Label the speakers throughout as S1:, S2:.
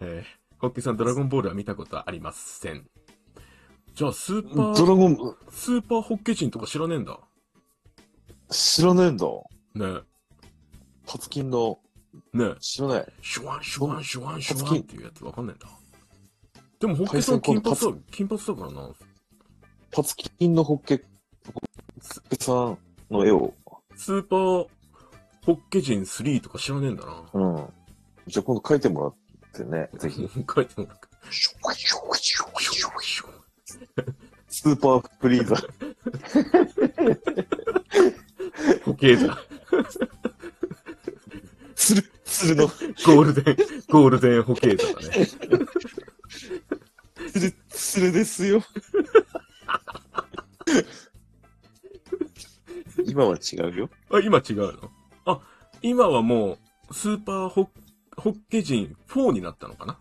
S1: えー、コッキーさん、ドラゴンボールは見たことはありません。じゃあ、スーパ
S2: ドラ
S1: ー、
S2: ゴン、
S1: スーパーホッケ人とか知らねえんだ。
S2: 知らねえんだ。
S1: ね
S2: 初金の、
S1: え。ねえ。
S2: 知らない。
S1: シュワンシュワンシュワンシュワ
S2: パ
S1: ン
S2: ツキン
S1: っていうやつわかんないんだ。でも、ホッケさん金
S2: 対戦今度
S1: 髪
S2: パツ
S1: だ、金髪だからな。
S2: 初金のホッケ、ホッケさんの絵を、
S1: スーパーホッケ人3とか知らねえんだな。
S2: うん。じゃあ今度書いてもらってね、ぜひ。
S1: 書いてもらうか。
S2: スーパーフリーザ。
S1: ホケだ。
S2: つる、つるの、
S1: ゴールデン、ゴールデンホケだね。
S2: つる、つるですよ。今は違うよ。
S1: あ、今違うのあ、今はもう、スーパーホッホッケ人4になったのかな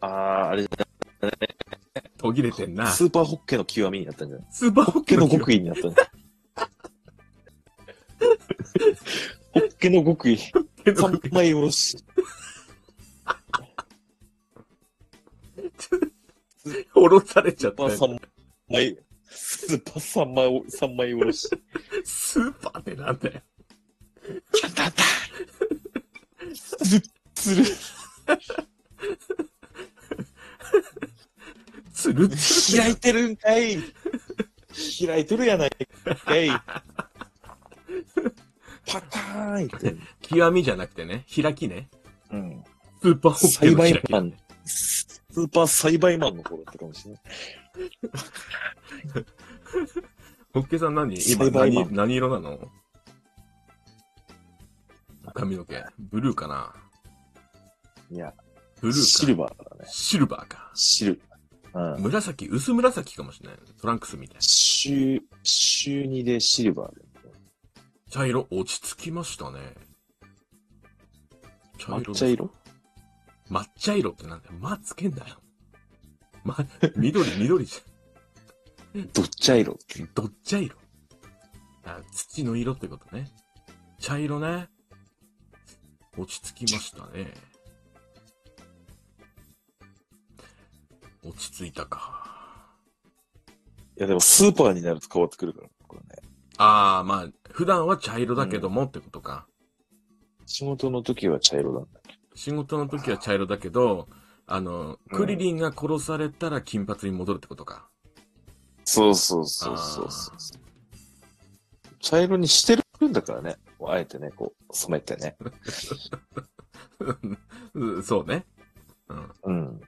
S2: ああ、あれじ
S1: 途切れてん
S2: ゃ
S1: な。
S2: ん。
S1: ス
S2: スーパーホッケの極みになったんじゃない
S1: ーパー
S2: ホ
S1: ホ
S2: ッ
S1: ッ
S2: ケ
S1: ケ
S2: の
S1: の
S2: 極意にな ったんじゃないホッケの極意。
S1: 極
S2: 三枚おろし。
S1: おろされち
S2: ス
S1: ゃ
S2: ー
S1: っ
S2: パ
S1: た
S2: ー
S1: よ。
S2: 三枚、スーパー三枚お、三枚おろし。
S1: スーパーってなんだよ。
S2: キャンタンタンつる、つる。
S1: つるつる。
S2: 開いてるんかい開いてるやないかいパターンって。
S1: 極みじゃなくてね、開きね。
S2: うん。
S1: スーパーホッケの開
S2: 栽培マン
S1: き。
S2: スーパー栽培マンの頃だったかもしれない。
S1: ホッケさん何今
S2: 栽培マン
S1: 何何色なの髪の毛。ブルーかない
S2: や、
S1: ブルーか。
S2: シルバーだね。
S1: シルバーか。
S2: シルバー。うん。
S1: 紫、薄紫かもしれない。トランクスみたいな。
S2: 週、週2でシルバーで。
S1: 茶色、落ち着きましたね。茶
S2: 抹
S1: です
S2: 茶色
S1: 抹茶色ってなんだよ。まつけんなよ。 ま、緑、緑じ
S2: どっちゃ色
S1: ゃん。どっちゃ色。あ、土の色ってことね。茶色ね。落ち着きましたね。落ち着いたか。
S2: いやでもスーパーになると変わってくるから、これね。
S1: ああ、まあ、普段は茶色だけどもってことか。
S2: 仕事の時は茶色なんだ。
S1: 仕事の時は茶色だけど、あの、
S2: うん
S1: クリリンが殺されたら金髪に戻るってことか。
S2: そうそうそうそうそうそう。茶色にしてるんだからね。あえてね、こう、染めてね。
S1: うんそうね。うん。
S2: うん。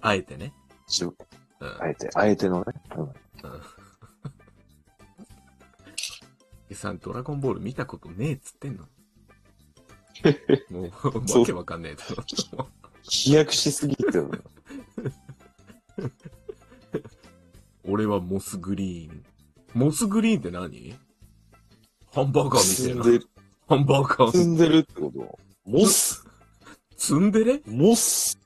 S1: あえてね。
S2: 自分
S1: うん。
S2: あえて、あえてのね。
S1: えさん、ドラゴンボール見たことねえっつってん の。もう、
S2: そう
S1: わけわかんねえと。
S2: 飛躍しすぎてる。
S1: 俺はモスグリーン。モスグリーンって何ハンバーガーみた
S2: 積
S1: い
S2: ん
S1: な。
S2: でる、
S1: ハンバーガ
S2: 積
S1: ー。
S2: んでるってことモス、
S1: ツンデレ
S2: モス、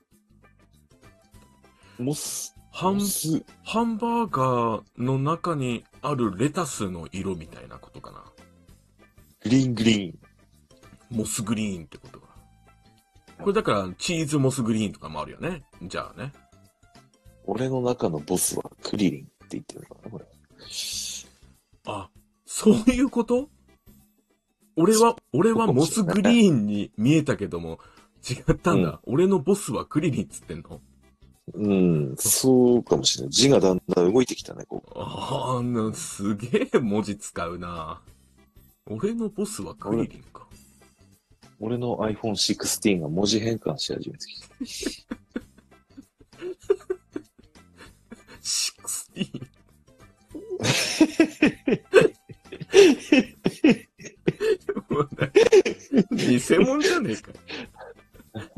S2: モス、
S1: ハン
S2: モ、ス、
S1: ハンバーガーの中にあるレタスの色みたいなことかな。
S2: グリーングリーン。
S1: モスグリーンってことか。これだから、チーズモスグリーンとかもあるよね。じゃあね。
S2: 俺の中のボスはクリリンって言ってるのかな、これ。
S1: あ、そういうこと俺は、俺はモスグリーンに見えたけども、違ったんだ。俺のボスはクリリンっつってんの
S2: うん、そうかもしれない。字がだんだん動いてきたね、こう。
S1: ああ、なすげえ文字使うな。俺のボスはクリリンか。
S2: 俺の iPhone16 が文字変換し始めてきた。
S1: 16。偽物じゃねえか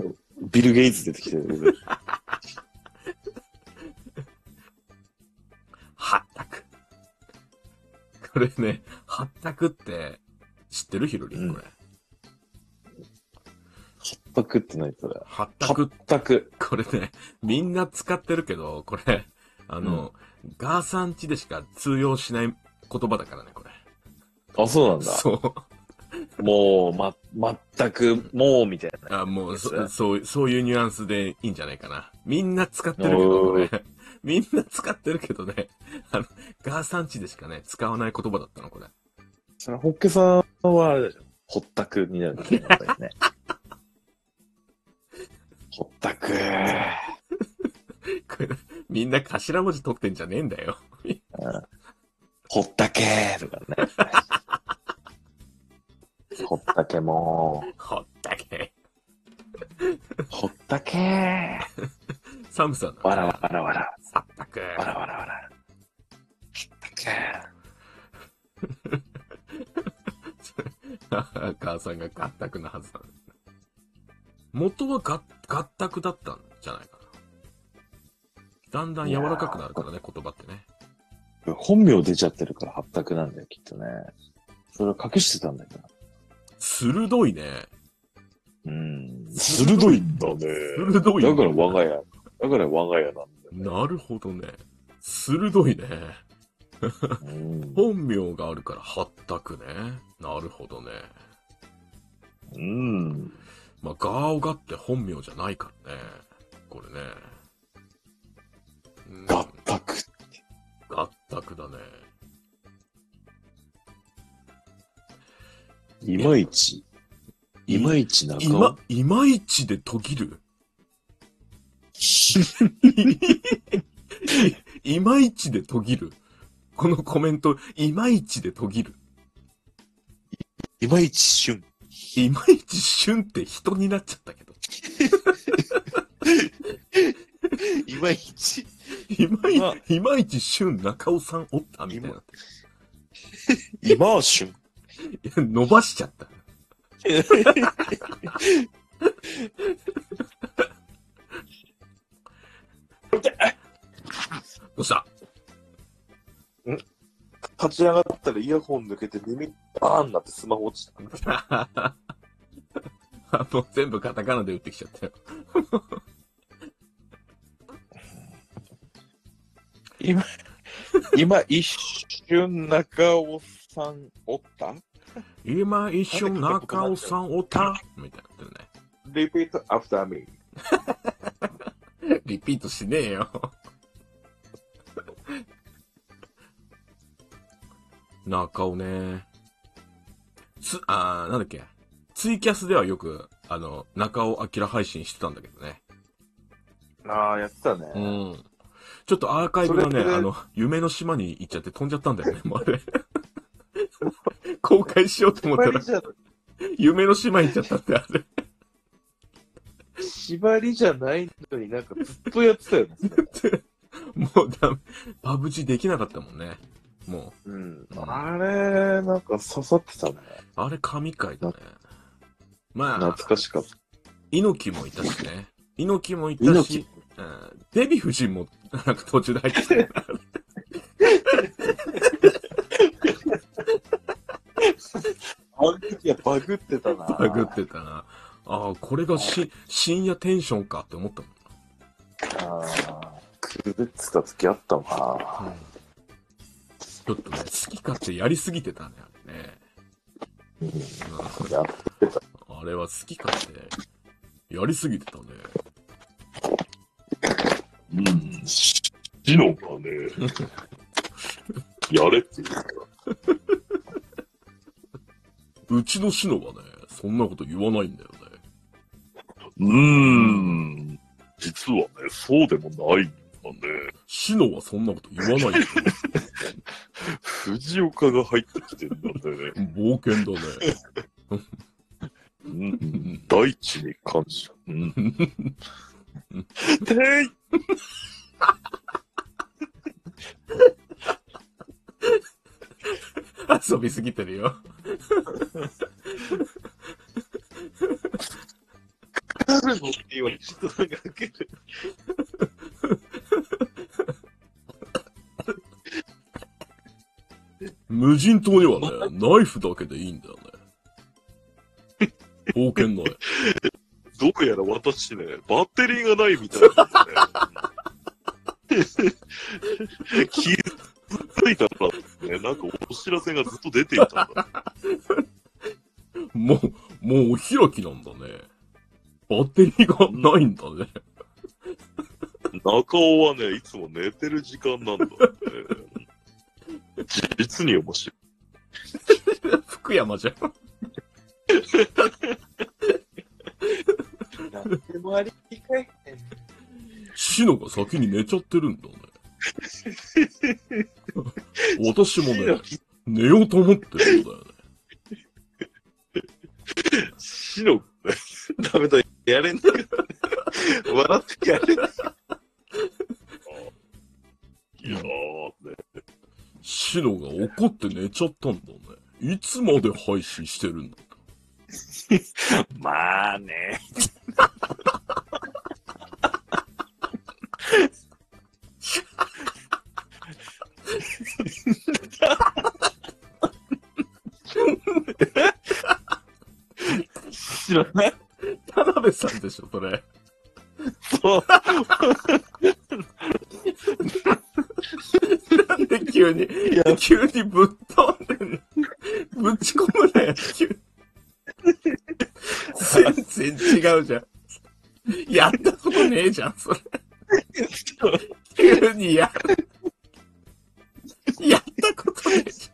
S1: よ。
S2: ビル・ゲイツ出てきたよ、俺
S1: はったく。これね、はったくって、知ってるヒロリンこれ。
S2: パクってないそれ。
S1: はったく、
S2: パク。
S1: これね、みんな使ってるけど、これ、あの、ガーさんちでしか通用しない言葉だからね、これ。
S2: あ、そうなんだ。
S1: そう。
S2: もう、ま、全く、もう、みたいな。
S1: あ、もう、そ、そう、そういうニュアンスでいいんじゃないかな。みんな使ってるけどね。みんな使ってるけどね。あの、ガーさんちでしかね、使わない言葉だったの、これ。
S2: それ、ホッケさんは、あれだじゃん。ほったくになるんだよねやっぱり ね。ほったく
S1: これみんな頭文字取ってんじゃねえんだよ。
S2: ほったけーとかね。 ほったけも
S1: ほったけ。
S2: ー。ほったけー。
S1: 寒さの。
S2: わらわらわら。
S1: さったく。
S2: わらわらわら。ほったけー。
S1: 母さんが合託なはずだ。元はが合託だったんじゃないかな。だんだん柔らかくなるからね、言葉ってね。
S2: 本名出ちゃってるから、はったくなんだよ、きっとね。それを隠してたんだよ
S1: 鋭いね。
S2: な。うん。鋭いんだね。
S1: 鋭いね
S2: だから我が家。だから我が家なんだよ、ね。
S1: なるほどね。鋭いね。
S2: うん
S1: 本名があるから、はったくね。なるほどね。
S2: うん。
S1: まあ、ガーオガって本名じゃないからね。これね。うん
S2: 合託。
S1: 合託だね。
S2: いまいち。いまいち中
S1: い
S2: 尾
S1: ま、いまいちで途切るいまいちで途切る。このコメント、いまいちで途切る。
S2: いまいち旬。
S1: いまいち旬って人になっちゃったけど。
S2: いまいち。
S1: いまい
S2: まあ
S1: いまいち旬中尾さんおったみたいな。
S2: いま旬。
S1: いや伸ばしちゃった。 どう した
S2: 立ち上がったらイヤホン抜けて耳バーンなってスマホ落ちた。
S1: あもう全部カタカナで打ってきちゃったよ。
S2: 今、今一瞬中尾さんおった
S1: 今一瞬中尾さんおったみたいになって
S2: ?Repeat after me.
S1: るね。リピートしねえよ。 中尾ね。つ、あー、なんだっけ。ツイキャスではよく、あの、中尾明配信してたんだけどね。
S2: ああ、やってたね。
S1: うん。ちょっとアーカイブがね、
S2: それで
S1: あの、夢の島に行っちゃって飛んじゃったんだよね、もうあれ。 公開しようと思った ら
S2: 縛り、じゃ、
S1: 夢の島行っちゃったんだよ、あれ。
S2: 縛りじゃないのになんかずっとやってたよね。
S1: もうダメ。パブチできなかったもんね。も
S2: うん。あれ、なんか刺さってたね。
S1: う、あれ神回だね。ま
S2: 懐
S1: あ、
S2: かしかった。
S1: 猪木もいたしね。猪木もいたし、うん、デヴィ夫人もなんか途中で入ってきた よな。
S2: あの時はバグってたな。
S1: バグってたな。ああ、これがし深夜テンションかって思ったもん
S2: あー狂ってた時あったもんな。
S1: な。ちょっとね、好き勝手やりすぎてたね、あれね。
S2: うん
S1: うん
S2: やってた。
S1: あれは好き勝手やりすぎてたね。
S2: うん。しシノが ね、やれって言うから。
S1: うちのシノはね、そんなこと言わないんだよね。
S2: うーん。実はね、そうでもないんだね。
S1: シノはそんなこと言わないよ。
S2: 藤岡が入ってきてんだね。
S1: 冒険だね。
S2: うん。大地に感謝。うん。てい
S1: 遊びすぎてるよ。
S2: 彼のって言われちょっとなんか開ける。
S1: 無人島にはね、ナイフだけでいいんだよね。冒険のね。
S2: どうやら私ね、バッテリーがないみたいなんですね。 気づいたら、ね、なんかお知らせがずっと出ていたんだ。
S1: もう、もうお開きなんだね。バッテリーがないんだね。
S2: 中尾はね、いつも寝てる時間なんだって。実に面白い。
S1: 福山じゃん。
S2: やってもありかい。
S1: シノが先に寝ちゃってるんだね。私もね、寝ようと思ってるんだよね。
S2: シノ、ダメだ、やれんだけど、笑ってやれんだいやーね、
S1: シノが怒って寝ちゃったんだね。いつまで配信してるんだ
S2: まあね。知らない
S1: 田辺さんでしょ、それ。
S2: と、
S1: なんで急に、急にぶっ飛んでんのぶち込むなよ、急に。全然違うじゃん。やったことねえじゃん、それ。急にやる。やったことねえじ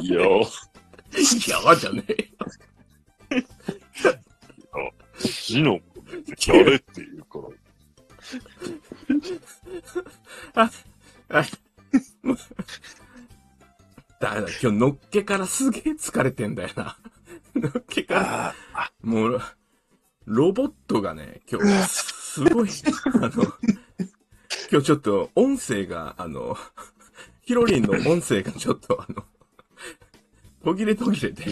S2: いやー、
S1: ゃん。やわじゃねえよ。
S2: シノ、やれって言うから。
S1: だめだ、今日のっけからすげえ疲れてんだよな。のっけから。
S2: あ
S1: もう、ロボットがね、今日、すごい、あの、今日ちょっと音声が、あの、ヒロリンの音声がちょっと、あの、途切れ途切れで、